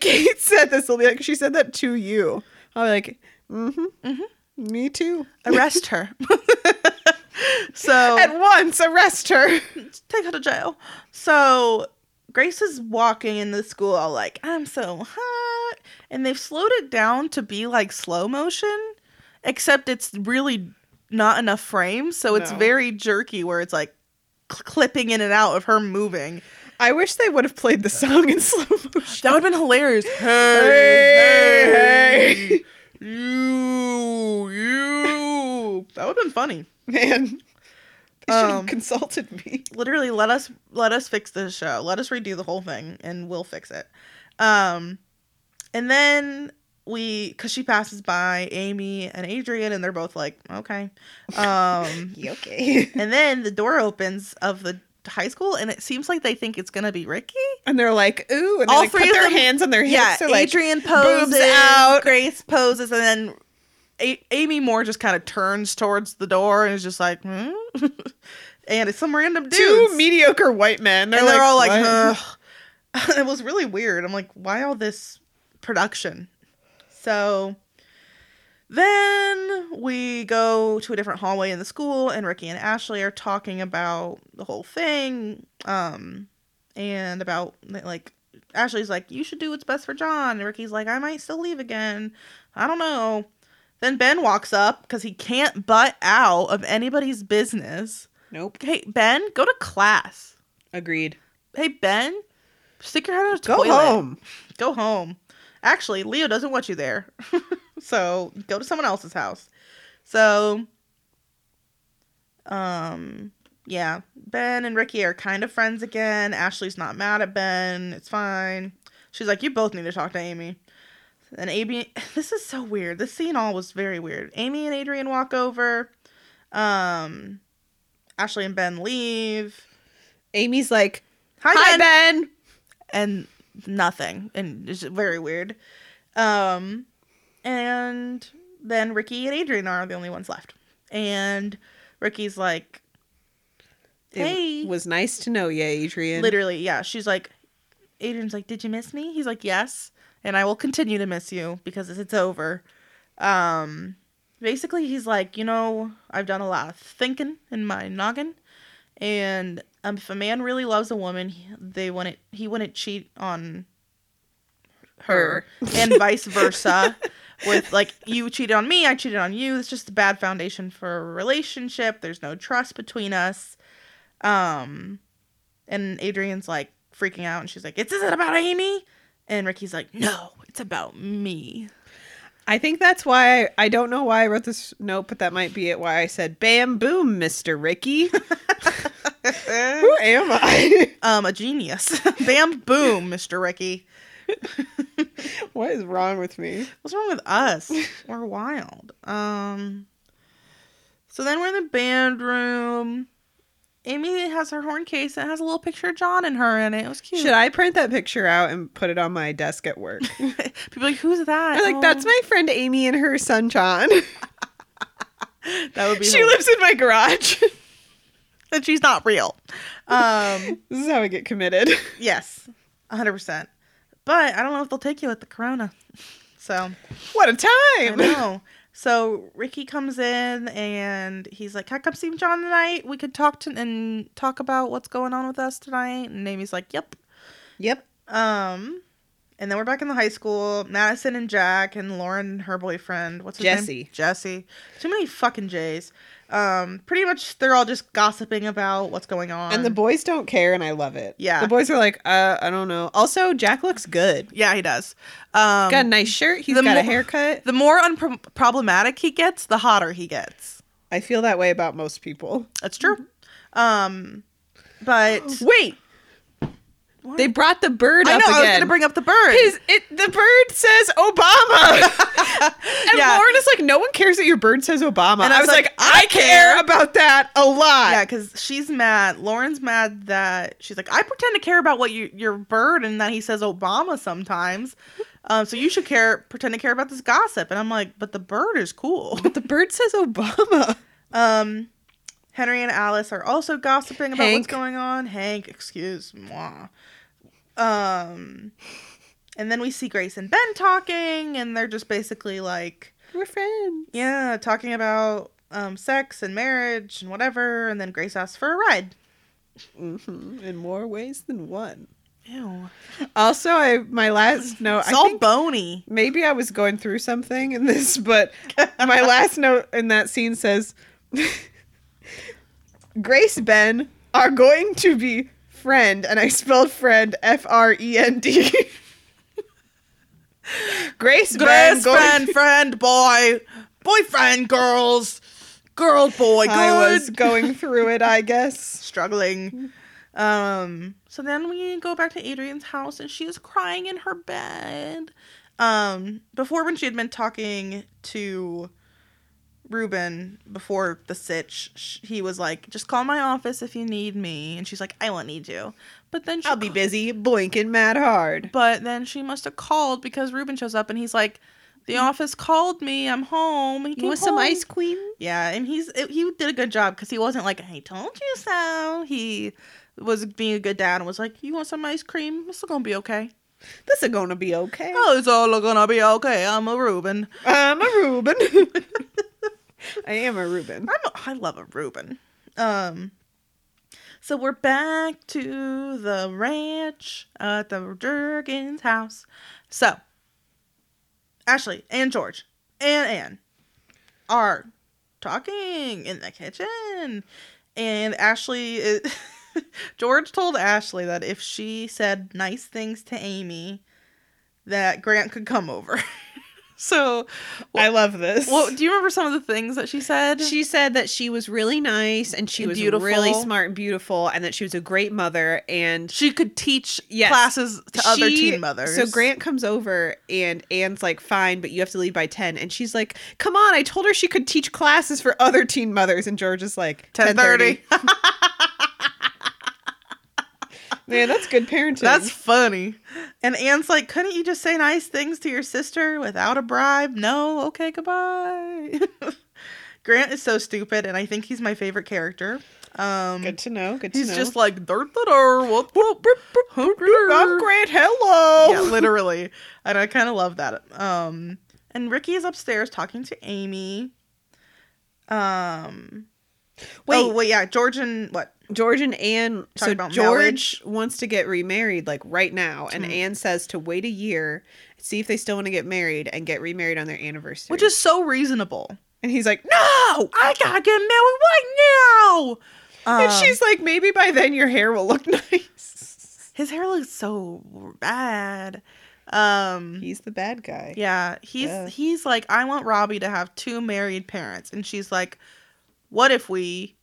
B: Kate said this. Will be like, she said that to you. I'll be like, mm-hmm, mm-hmm. me too.
A: Arrest her. so Oh.
B: At once, arrest her.
A: take her to jail. So Grace is walking in the school all like, I'm so hot. And they've slowed it down to be like slow motion, except it's really not enough frames. So it's
B: No.
A: very jerky where it's like cl- clipping in and out of her moving.
B: I wish they would have played the song in slow motion.
A: That would have been hilarious. Hey,
B: Hey, hey.
A: You, you. That would have been funny.
B: Man, they should have
A: Um,
B: consulted me.
A: literally let us let us fix this show let us redo the whole thing and we'll fix it um and then we because she passes by amy and adrian and they're both like okay um
B: okay?
A: and then the door opens of the high school and it seems like they think it's gonna be ricky
B: And they're like, ooh, and they
A: All
B: like, put
A: three of
B: their
A: them-
B: hands on their hips.
A: yeah
B: They're like,
A: adrian
B: boobs
A: poses
B: out.
A: grace poses and then a- amy moore just kind of turns towards the door and is just like hmm? and it's some random dudes.
B: two mediocre white men. They're
A: and they're all like,
B: "What?"
A: "Ugh." it was really weird. I'm like, why all this production? So then we go to a different hallway in the school, and Ricky and Ashley are talking about the whole thing, um, and about like Ashley's like, you should do what's best for John. And Ricky's like, I might still leave again. I don't know. Then Ben walks up because he can't butt out of anybody's business.
B: Nope.
A: Hey, Ben, go to class.
B: Agreed.
A: Hey, Ben, stick your head in a
B: Go
A: toilet.
B: home.
A: Go home. Actually, Leo doesn't want you there. so go to someone else's house. So, um, yeah, Ben and Ricky are kind of friends again. Ashley's not mad at Ben. It's fine. She's like, you both need to talk to Amy. And Amy, this is so weird. This scene all was very weird. Amy and Adrian walk over. Um, Ashley and Ben leave.
B: Amy's like,
A: Hi,
B: Hi,
A: ben
B: ben.
A: and nothing and it's very weird um and then ricky and adrian are the only ones left and ricky's like Hey.
B: It was nice to know you, Adrian.
A: literally yeah she's like adrian's like did you miss me he's like yes and i will continue to miss you because it's over um basically he's like you know i've done a lot of thinking in my noggin and um, if a man really loves a woman he- they wouldn't he wouldn't cheat on her and vice versa with like you cheated on me i cheated on you it's just a bad foundation for a relationship there's no trust between us um and adrian's like freaking out and she's like it's isn't about amy and ricky's like no it's about me
B: I think that's why I, I don't know why I wrote this note, but that might be it. Why I said, "Bam, boom, Mister Ricky." Who am I?
A: um a genius bam boom mr ricky
B: what is wrong with me?
A: What's wrong with us? We're wild. Um. So then we're in the band room. Amy has her horn case and it has a little picture of John and her in it. It was cute.
B: Should I print that picture out and put it on my desk at work?
A: People are like, who's that? Oh,
B: I'm like, that's my friend Amy and her son John.
A: my. That would be.
B: she
A: her.
B: lives in my garage.
A: and she's not real. Um.
B: this is how I get committed.
A: yes. hundred percent. But I don't know if they'll take you with the corona. So.
B: What a
A: I
B: time!
A: know. So Ricky comes in and he's like, "Can I come see John tonight? We could talk to and talk about what's going on with us tonight." And Amy's like, "Yep."
B: Yep.
A: Um, and then we're back in the high school. Madison and Jack and Lauren, and her boyfriend, what's his name?
B: Jesse.
A: Jesse. Too many fucking J's. Um, pretty much they're all just gossiping about what's going on.
B: And the boys don't care, and I love it.
A: Yeah.
B: The boys are like, uh, I don't know. Also, Jack looks good.
A: yeah, he does. Um,
B: Got a nice shirt. He's
A: the
B: got a
A: mo-
B: haircut.
A: the more unproblematic he gets, the hotter he gets.
B: I feel that way about most people.
A: That's true. Um, but
B: Oh, Wait,
A: What?
B: they brought the bird
A: I
B: up
A: know I was
B: again.
A: gonna bring up the bird.
B: His, it, the bird says Obama. and
A: Yeah.
B: Lauren is like, no one cares that your bird says Obama.
A: And
B: I was like, I, care.
A: care."
B: about that a lot.
A: yeah, because she's mad. Lauren's mad that she's like, I pretend to care about what you, your bird and that he says Obama sometimes. Um, so you should care, pretend to care about this gossip. And I'm like, but the bird is cool.
B: But the bird says Obama.
A: Um, Henry and Alice are also gossiping about what's
B: Hank.
A: going on. Hank, excuse moi. Um, and then we see Grace and Ben talking, and they're just basically like,
B: We're friends.
A: Yeah, talking about um, sex and marriage and whatever. And then Grace asks for a ride.
B: hmm In more ways than one.
A: Ew.
B: Also, I my last note.
A: It's
B: I
A: all
B: think
A: bony.
B: maybe I was going through something in this, but my last note in that scene says Grace Ben are going to be friend, and I spelled friend F R E N D. Grace, Ben
A: Grace,
B: going-
A: friend, friend, boy, boyfriend, girls, girl, boy, good.
B: I was going through it, I guess.
A: struggling.
B: Mm-hmm.
A: Um, so then we go back to Adrian's house and she is crying in her bed. Um, before when she had been talking to Ruben before the sitch, sh- he was like, "Just call my office if you need me," and she's like, "I won't need you." But then she
B: I'll be busy blinking mad hard.
A: but then she must have called because Ruben shows up and he's like,
B: Mm-hmm.
A: "The office called me. I'm home." He came home.
B: cream?
A: Yeah, and he's he did a good job because he wasn't like I told you so. He was being a good dad and was like, "You want some ice cream? It's gonna be okay.
B: This is gonna be okay.
A: Oh, it's all gonna be okay. I'm a Reuben.
B: I'm a Reuben. I am a Reuben.
A: I'm a, I love a Reuben." Um, So we're back to the ranch at the Durgan's house. So Ashley and George and Anne are talking in the kitchen. And Ashley is, George told Ashley that if she said nice things to Amy, that Grant could come over. so
B: I love this.
A: well, do you remember some of the things that she said?
B: She said that she was really nice and she
A: And
B: was
A: beautiful.
B: really smart and beautiful, and that she was a great mother. And
A: she could teach
B: Yes.
A: classes to other
B: she-
A: teen mothers.
B: So Grant comes over, and Anne's like, "Fine, but you have to leave by 10. And she's like, "Come on, I told her she could teach classes for other teen mothers." And George is like,
A: ten thirty.
B: 10:30. Man, that's good parenting.
A: That's funny. And Anne's like, couldn't you just say nice things to your sister without a bribe? No. Okay, goodbye. Grant is so stupid, and I think he's my favorite character. Um,
B: good to know. Good to
A: he's
B: know.
A: just like, "Dur, dur, dur, whoop, whoop, whoop, whoop, whoop,
B: I'm
A: dur."
B: Grant. Hello.
A: yeah, literally. And I kind of love that. Um, and Ricky is upstairs talking to Amy. Um,
B: Wait,
A: oh, wait, yeah, George and what?
B: George and Anne. So
A: about
B: George wants to get remarried like right now, and
A: Hmm.
B: Anne says to wait a year, see if they still want to get married, and get remarried on their anniversary.
A: Which is so reasonable.
B: and he's like, no.
A: I gotta get married right now.
B: and
A: Um,
B: she's like, maybe by then your hair will look nice.
A: His hair looks so bad. Um
B: He's the bad guy.
A: yeah, he's
B: Yeah.
A: he's like I want Robbie to have two married parents and she's like what if we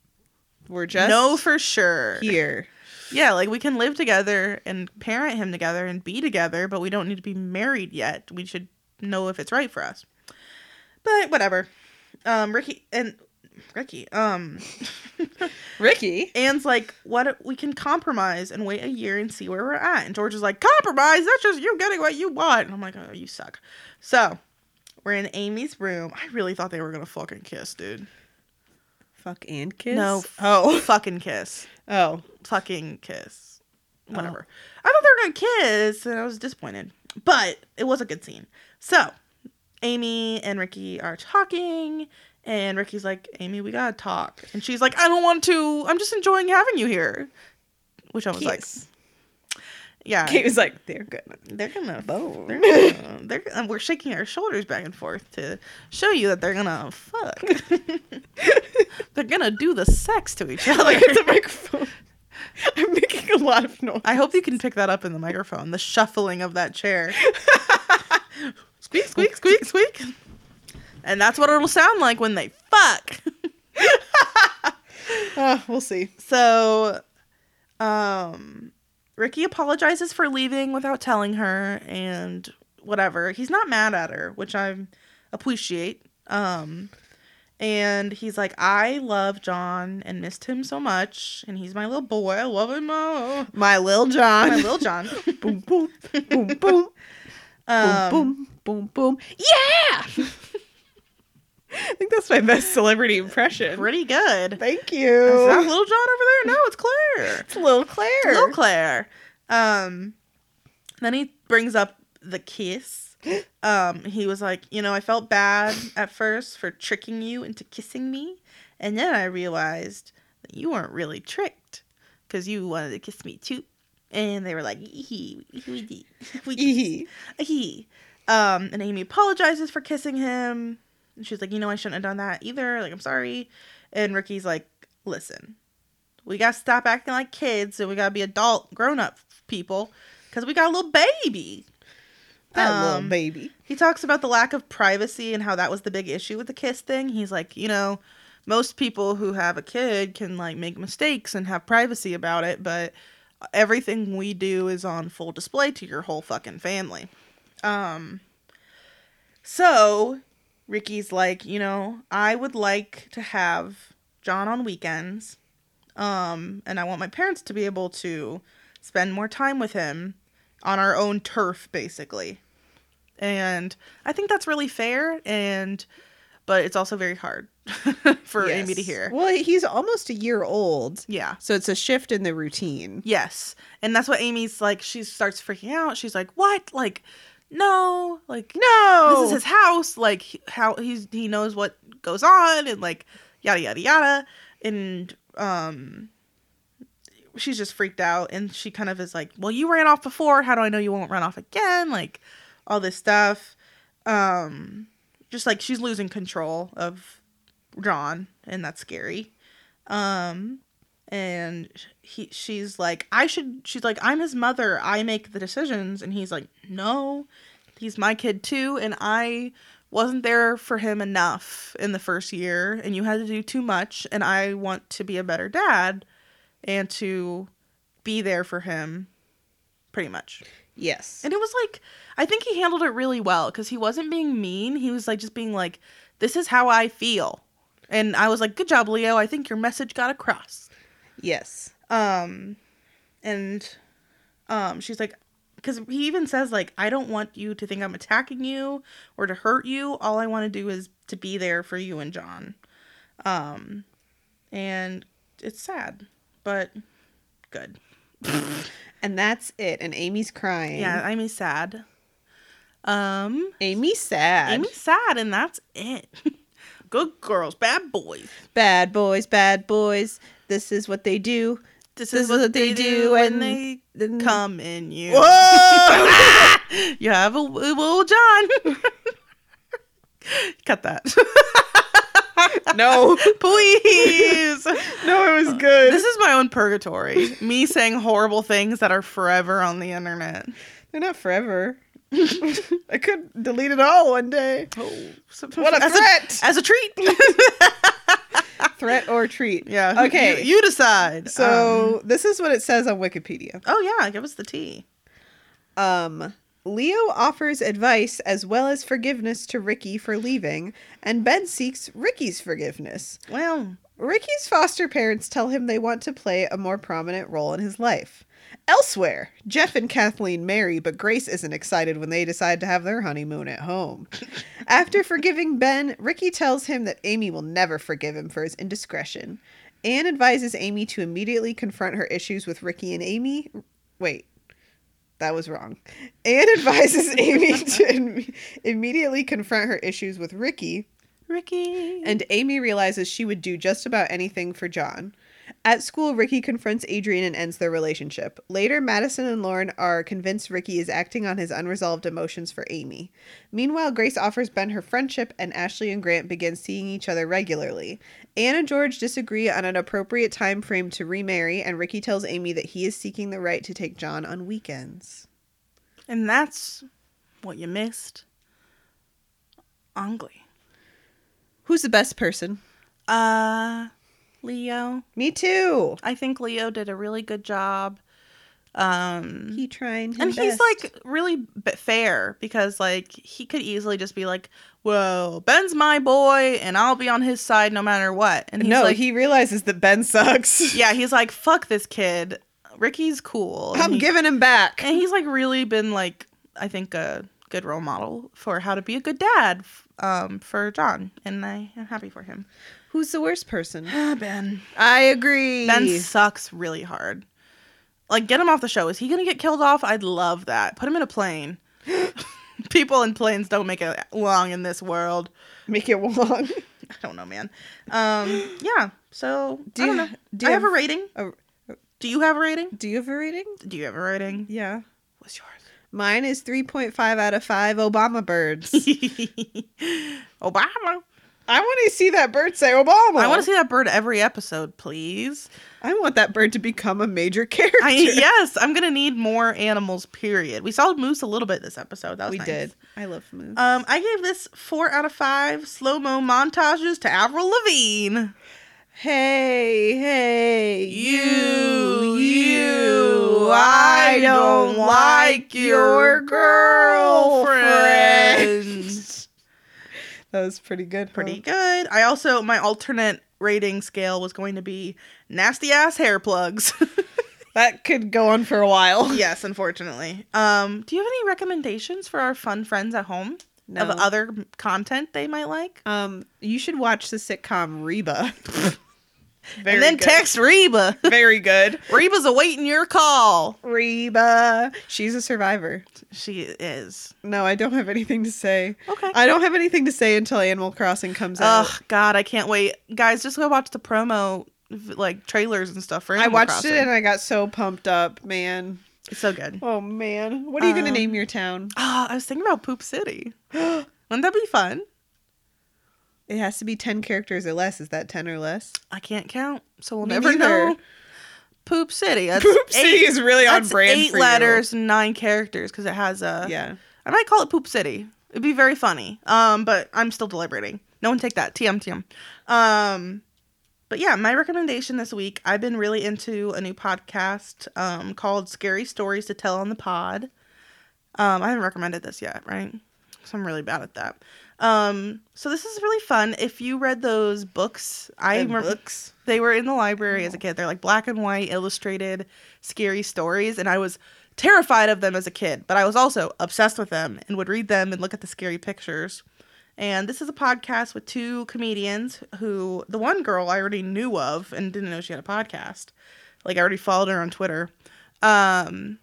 B: We're just
A: know for sure?
B: here.
A: Yeah, like we can live together and parent him together and be together, but we don't need to be married yet. We should know if it's right for us. But whatever. Um Ricky and Ricky, um
B: Ricky.
A: Anne's like, what we can compromise and wait a year and see where we're at. And George is like, compromise? That's just you getting what you want. And I'm like, oh, you suck. So we're in Amy's room. I really thought they were gonna fucking kiss, dude.
B: Fuck and kiss.
A: No.
B: Oh.
A: fucking kiss.
B: Oh.
A: Fucking kiss. Whatever. I thought they were gonna kiss, and I was disappointed. But it was a good scene. So Amy and Ricky are talking, and Ricky's like, Amy, we gotta talk. And she's like, I don't want to. I'm just enjoying having you here. Which I was like,
B: Kiss.
A: Yeah,
B: Kate was like, they're good.
A: they're gonna
B: Bone.
A: They're gonna, they're gonna, we're shaking our shoulders back and forth to show you that they're gonna fuck. they're gonna do the sex to each
B: Look
A: other.
B: at the microphone. I'm making a lot of noise.
A: I hope you can pick that up in the microphone. The shuffling of that chair. squeak, squeak, squeak, squeak. And that's what it'll sound like when they fuck.
B: Uh, we'll see.
A: So, um, Ricky apologizes for leaving without telling her and whatever. He's not mad at her, which I appreciate. Um, and he's like, I love John and missed him so much, and he's my little boy. I love him, oh,
B: My Lil John.
A: my little John.
B: boom, boom, boom, boom,
A: Um,
B: boom, boom, boom. Yeah! I think that's my best celebrity impression.
A: pretty good.
B: Thank
A: Is that
B: you.
A: little John over there? No, it's Claire.
B: It's Lil Claire.
A: Little Claire. Um, then he brings up the kiss. Um, he was like, you know, I felt bad at first for tricking you into kissing me, and then I realized that you weren't really tricked because you wanted to kiss me too. And they were like, "Hee, we did, we did,
B: Eehee.
A: he." Um, and Amy apologizes for kissing him. And she's like, you know, I shouldn't have done that either. Like, I'm sorry. And Ricky's like, listen, we gotta stop acting like kids and we gotta be adult, grown up people, because we got a little baby.
B: That
A: Um,
B: little baby.
A: He talks about the lack of privacy and how that was the big issue with the kiss thing. He's like, you know, most people who have a kid can like make mistakes and have privacy about it, but everything we do is on full display to your whole fucking family. Um so Ricky's like, you know, I would like to have John on weekends. Um and I want my parents to be able to spend more time with him on our own turf basically and I think that's really fair and but it's also very hard for
B: Yes.
A: Amy to hear.
B: Well, he's almost a year old,
A: Yeah.
B: so it's a shift in the routine.
A: Yes. And that's what Amy's like she starts freaking out. She's like, "What? Like no, like
B: No.
A: this is his house, like he- how he's he knows what goes on and like yada yada yada and um she's just freaked out and she kind of is like, "Well, you ran off before. How do I know you won't run off again?" Like all this stuff. Um just like she's losing control of John and that's scary. Um and he she's like, "I should she's like, "I'm his mother. I make the decisions." And he's like, "No. He's my kid too and I wasn't there for him enough in the first year and you had to do too much and I want to be a better dad." and to be there for him pretty much.
B: Yes.
A: And it was like I think he handled it really well cuz he wasn't being mean. He was like just being like this is how I feel. And I was like good job Leo. I think your message got across.
B: yes.
A: Um and um she's like cuz he even says like I don't want you to think I'm attacking you or to hurt you. All I want to do is to be there for you and John. Um and it's sad, but good.
B: And that's it. And Amy's crying.
A: Yeah, I mean sad. Um,
B: Amy's sad.
A: Amy's sad, and that's it. Good girls, bad boys.
B: Bad boys, bad boys. This is what they do.
A: This,
B: is what they do when-
A: when they
B: Then-
A: come in you.
B: Whoa!
A: You have a well, John. Cut that,
B: no,
A: please.
B: no, it was good.
A: this is my own purgatory. Me saying horrible things that are forever on the internet.
B: They're not forever. I could delete it all one day.
A: Oh, so-
B: What a
A: as
B: threat!
A: as a treat.
B: threat or treat.
A: yeah.
B: Okay.
A: You, you decide. Um,
B: So this is what it says on Wikipedia.
A: oh yeah, give us the tea.
B: Um, Leo offers advice as well as forgiveness to Ricky for leaving, and Ben seeks Ricky's forgiveness.
A: Well,
B: Ricky's foster parents tell him they want to play a more prominent role in his life. Elsewhere, Jeff and Kathleen marry, but Grace isn't excited when they decide to have their honeymoon at home. After forgiving Ben, Ricky tells him that Amy will never forgive him for his indiscretion. Anne advises Amy to immediately confront her issues with Ricky and Amy. Wait, that was wrong. Anne advises Amy to im- immediately confront her issues with Ricky,
A: Ricky.
B: and Amy realizes she would do just about anything for John. At school, Ricky confronts Adrian and ends their relationship. Later, Madison and Lauren are convinced Ricky is acting on his unresolved emotions for Amy. Meanwhile, Grace offers Ben her friendship, and Ashley and Grant begin seeing each other regularly. Anne and George disagree on an appropriate time frame to remarry, and Ricky tells Amy that he is seeking the right to take John on weekends.
A: And that's what you missed. Ongly.
B: Who's the best person?
A: Uh Leo.
B: Me too.
A: I think Leo did a really good job. Um
B: He trying his
A: and he's
B: best.
A: like really b- fair because like he could easily just be like, "Well, Ben's my boy and I'll be on his side no matter what." And he's
B: no,
A: like
B: he realizes that Ben sucks.
A: Yeah, he's like, "Fuck this kid. Ricky's cool." And
B: I'm
A: he-
B: giving him back.
A: and he's like really been like i think a good role model for how to be a good dad f- um for john and i am happy for him
B: Who's the worst person?
A: Ah, ben
B: I agree.
A: ben sucks really hard like get him off the show is he gonna get killed off i'd love that put him in a plane people in planes don't make it long in this world
B: Make it long.
A: i don't know man um yeah so
B: Do
A: i
B: you-
A: don't know
B: do
A: do you
B: you
A: have,
B: have-
A: a rating
B: a-
A: do you have a rating
B: Do you have a rating?
A: do you have a rating
B: Yeah.
A: what's yours
B: Mine is 3.5 out of 5 Obama birds.
A: obama
B: I want to see that bird say Obama.
A: I want to see that bird every episode, please.
B: I want that bird to become a major character.
A: I, yes, I'm gonna need more animals. Period. We saw moose a little bit this episode. That was
B: we
A: nice.
B: did. Oh, Uh, I love moves.
A: Um, I gave this four out of five slow mo montages to Avril Lavigne.
B: hey, hey.
A: You, you, I don't like your girlfriend.
B: That was pretty good. huh?
A: Pretty good. I also my alternate rating scale was going to be nasty ass hair plugs.
B: That could go on for a while.
A: yes, unfortunately. Um, do you have any recommendations for our fun friends at home?
B: No.
A: of other m- content they might like.
B: Um, you should watch the sitcom Reba. Very
A: and then
B: good.
A: text Reba.
B: Very good.
A: Reba's awaiting your call.
B: Reba. She's a survivor.
A: She is.
B: No, I don't have anything to say.
A: Okay.
B: I don't have anything to say until Animal Crossing comes out.
A: Ugh, God, I can't wait. Guys, just go watch the promo like trailers and stuff for
B: I
A: Animal
B: watched
A: Crossing.
B: it and I got so pumped up, man.
A: It's so good.
B: Oh man, what are you gonna
A: Um,
B: name your town?
A: Ah, I was thinking about Poop City.
B: it
A: Wouldn't that be fun?
B: has to be ten characters or less. Is that ten or less?
A: I can't count, so we'll
B: Me
A: never
B: neither.
A: know. Poop City. That's
B: Poop
A: eight,
B: City is really on
A: that's
B: brand
A: eight
B: for you.
A: letters, nine characters, because it has a.
B: Yeah,
A: I might call it Poop City. It'd be very funny. Um, but I'm still deliberating. No one take that. TM TM. Um, but yeah, my recommendation this week. I've been really into a new podcast um called Scary Stories to Tell on the Pod. Um, I haven't recommended this yet, right? So I'm really bad at that. Um, so this is really fun. If you read those books, I
B: And
A: rem-
B: books.
A: they were in the library as a kid. They're like black and white illustrated scary stories and I was terrified of them as a kid, but I was also obsessed with them and would read them and look at the scary pictures. And this is a podcast with two comedians who the one girl I already knew of and didn't know she had a podcast. Like I already followed her on Twitter. Um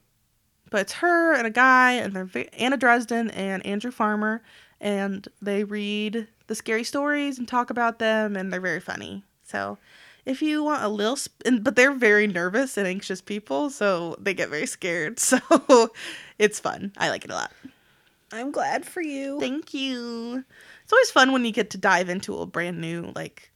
A: but it's her and a guy and they're ve- Anna Dresden and Andrew Farmer and they read the scary stories and talk about them and they're very funny. So if you want a little sp- and, but they're very nervous and anxious people so they get very scared so it's fun i like it a lot
B: I'm glad for you.
A: thank you it's always fun when you get to dive into a brand new like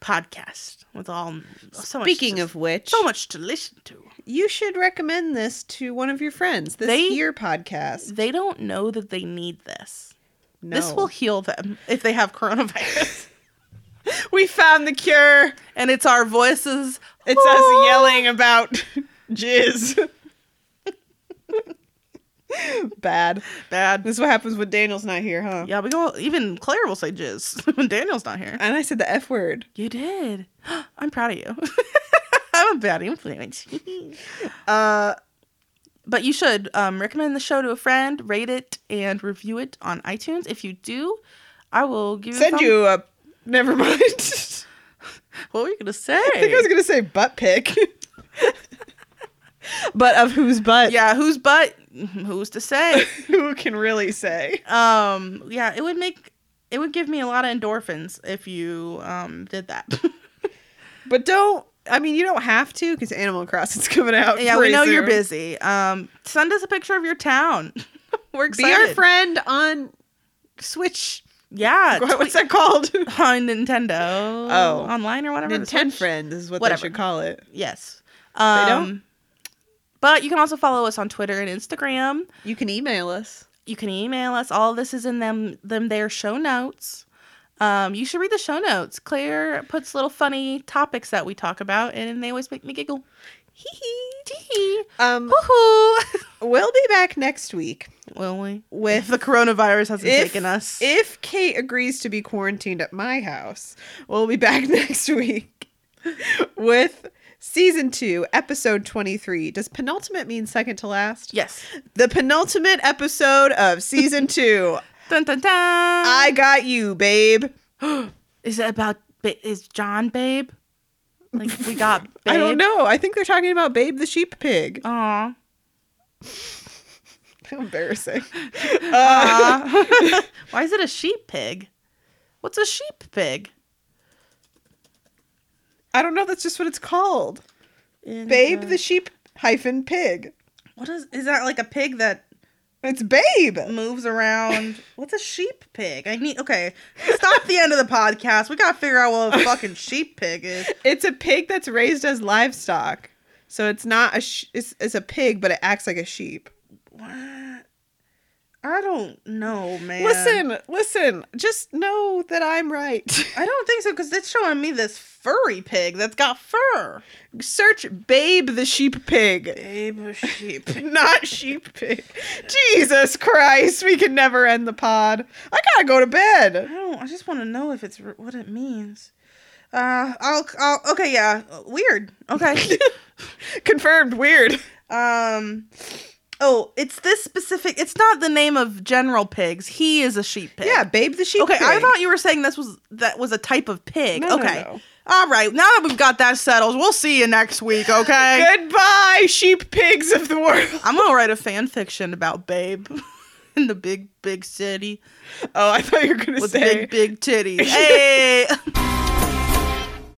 A: podcast with all so much
B: Speaking
A: to-
B: of which,
A: so much to listen to
B: you should recommend this to one of your friends. This
A: They-
B: year podcast.
A: they don't know that they need this
B: No.
A: this will heal them if they have coronavirus
B: We found the cure.
A: and it's our voices
B: It's us yelling about jizz. Bad.
A: bad
B: This is what happens when Daniel's not here, huh?
A: yeah we go even claire will say jizz when daniel's not here
B: And I said the F word.
A: You did. I'm proud of you. I'm a bad influence. uh, but you should um, recommend the show to a friend, rate it, and review it on iTunes. If you do, I will give you. a
B: Send
A: thumb-
B: you a. Never mind. I
A: What were you gonna say?
B: think I was going to say butt pick. but of whose butt?
A: yeah, whose butt? Who's to say?
B: Who can really say?
A: um, yeah, it would make it would give me a lot of endorphins if you um did that.
B: But don't. I mean, you don't have to because Animal Crossing's coming out.
A: yeah, we
B: pretty
A: know you're
B: soon.
A: busy. Um, send us a picture of your town. we're
B: Be
A: excited.
B: our friend on Switch.
A: Yeah,
B: What- What's that called?
A: on Nintendo.
B: Oh.
A: online or whatever. the
B: Nintendo
A: Switch?
B: friend is what
A: Whatever.
B: they should call it.
A: Yes. Um,
B: don't?
A: But you can also follow us on Twitter and Instagram.
B: You can email us.
A: You can email us. All of this is in them them their show notes. Um, you should read the show notes. Claire puts little funny topics that we talk about, and they always make me giggle. Hee hee, tee hee,
B: Um,
A: woohoo!
B: we'll be back next week
A: Will we? If
B: with
A: the coronavirus hasn't
B: If-
A: taken us,
B: if Kate agrees to be quarantined at my house. We'll be back next week with season two, episode twenty three. Does penultimate mean second to last?
A: yes.
B: The penultimate episode of season two.
A: Dun dun dun.
B: I got you, babe.
A: is it about ba- is John Babe? Like we got. Babe?
B: I don't know. I think they're talking about Babe the sheep pig.
A: Aw.
B: Embarrassing. Uh,
A: Uh, why is it a sheep pig? What's a sheep pig?
B: I don't know. That's just what it's called. Babe the sheep hyphen pig.
A: what is is that like a pig that
B: It's Babe.
A: moves around? What's a sheep pig? I need okay. Stop the end of the podcast. We gotta figure out what a fucking sheep pig is.
B: It's a pig that's raised as livestock. So it's not a sh- it's, it's a pig, but it acts like a sheep.
A: What? I don't know, man.
B: Listen, listen. Just know that I'm right.
A: I don't think so because it's showing me this furry pig that's got fur.
B: Search Babe the sheep pig,
A: Babe a sheep.
B: not sheep pig. Jesus Christ, we can never end the pod. I gotta go to bed.
A: I don't. I just want to know if it's r- what it means. Uh, I'll, I'll. Okay, yeah. Weird. Okay.
B: Confirmed. Weird.
A: um. Oh, it's this specific. It's not the name of general pigs. He is a sheep pig.
B: Yeah, Babe the sheep.
A: Okay, I
B: pig.
A: thought you were saying this was that was a type of pig.
B: No, no,
A: okay.
B: no.
A: All right. Now that we've got that settled, we'll see you next week. Okay.
B: Goodbye, sheep pigs of the world.
A: I'm gonna write a fan fiction about Babe in the big big city
B: Oh, I thought you were gonna
A: with
B: say
A: big big titties. Hey.